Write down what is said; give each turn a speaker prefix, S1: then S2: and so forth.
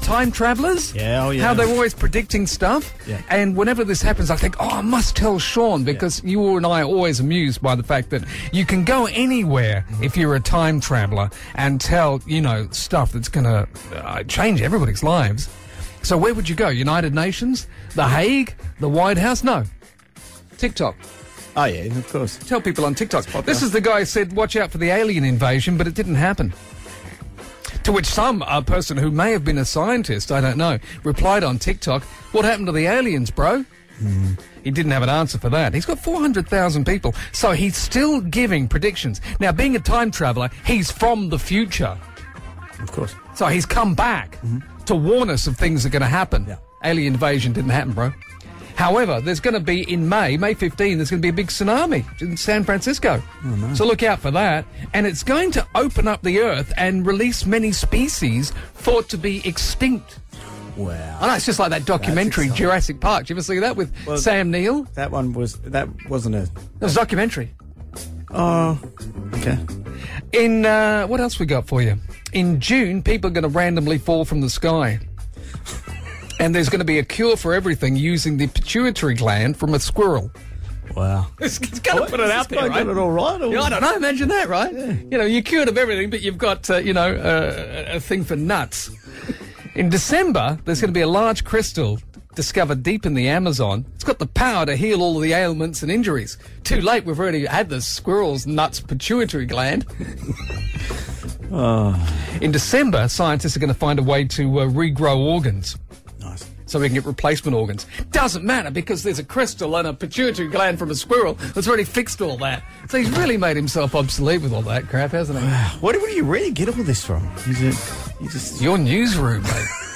S1: time travelers.
S2: Yeah, oh, yeah.
S1: How they're always predicting stuff.
S2: Yeah.
S1: And whenever this happens, I think, oh, I must tell Sean because you and I are always amused by the fact that you can go anywhere
S2: Mm-hmm.
S1: if you're a time traveler and tell, you know, stuff that's going to uh, change everybody's lives. So where would you go? United Nations? The Hague? The White House? No. TikTok.
S2: Oh, yeah, of course.
S1: Tell people on TikTok.
S2: popular.
S1: This is the guy who said, watch out for the alien invasion, but it didn't happen. To which some uh, person who may have been a scientist, I don't know, replied on TikTok, what happened to the aliens, bro? He didn't have an answer for that. He's got 400,000 people, so he's still giving predictions. Now, being a time traveller, he's from the future.
S2: Of course.
S1: So he's come back to warn us of things that are going to happen.
S2: Mm-hmm. Yeah.
S1: Alien invasion didn't happen, bro. However, there's going to be in May, May 15, there's going to be a big tsunami in San Francisco.
S2: Oh,
S1: So look out for that. And it's going to open up the earth and release many species thought to be extinct. I
S2: Wow.
S1: know, it's just like that documentary,
S2: exciting.
S1: Jurassic Park. Do you ever see that with
S2: Well,
S1: Sam Neill?
S2: That one was, that wasn't a,
S1: It was a documentary.
S2: oh, okay.
S1: In, uh, what else we got for you? In June, people are going to randomly fall from the sky. And there's going to be a cure for everything using the pituitary gland from a squirrel.
S2: Wow.
S1: It's, going to put it
S2: This
S1: out there,
S2: guy
S1: right?
S2: got it all right? or
S1: Yeah, I
S2: was-
S1: don't know. Imagine that, right? You know, you're cured of everything, but you've got, uh, you know, uh, a thing for nuts. In December, there's going to be a large crystal discovered deep in the Amazon. It's got the power to heal all the ailments and injuries. Too late. We've already had the squirrel's nuts pituitary gland. In December, scientists are going to find a way to uh, regrow organs
S2: Nice.
S1: so we can get replacement organs. Doesn't matter because there's a crystal and a pituitary gland from a squirrel that's already fixed all that. So he's really made himself obsolete with all that crap, hasn't he?
S2: Where, where do you really get all this from? Is it, you just,
S1: Your newsroom, mate.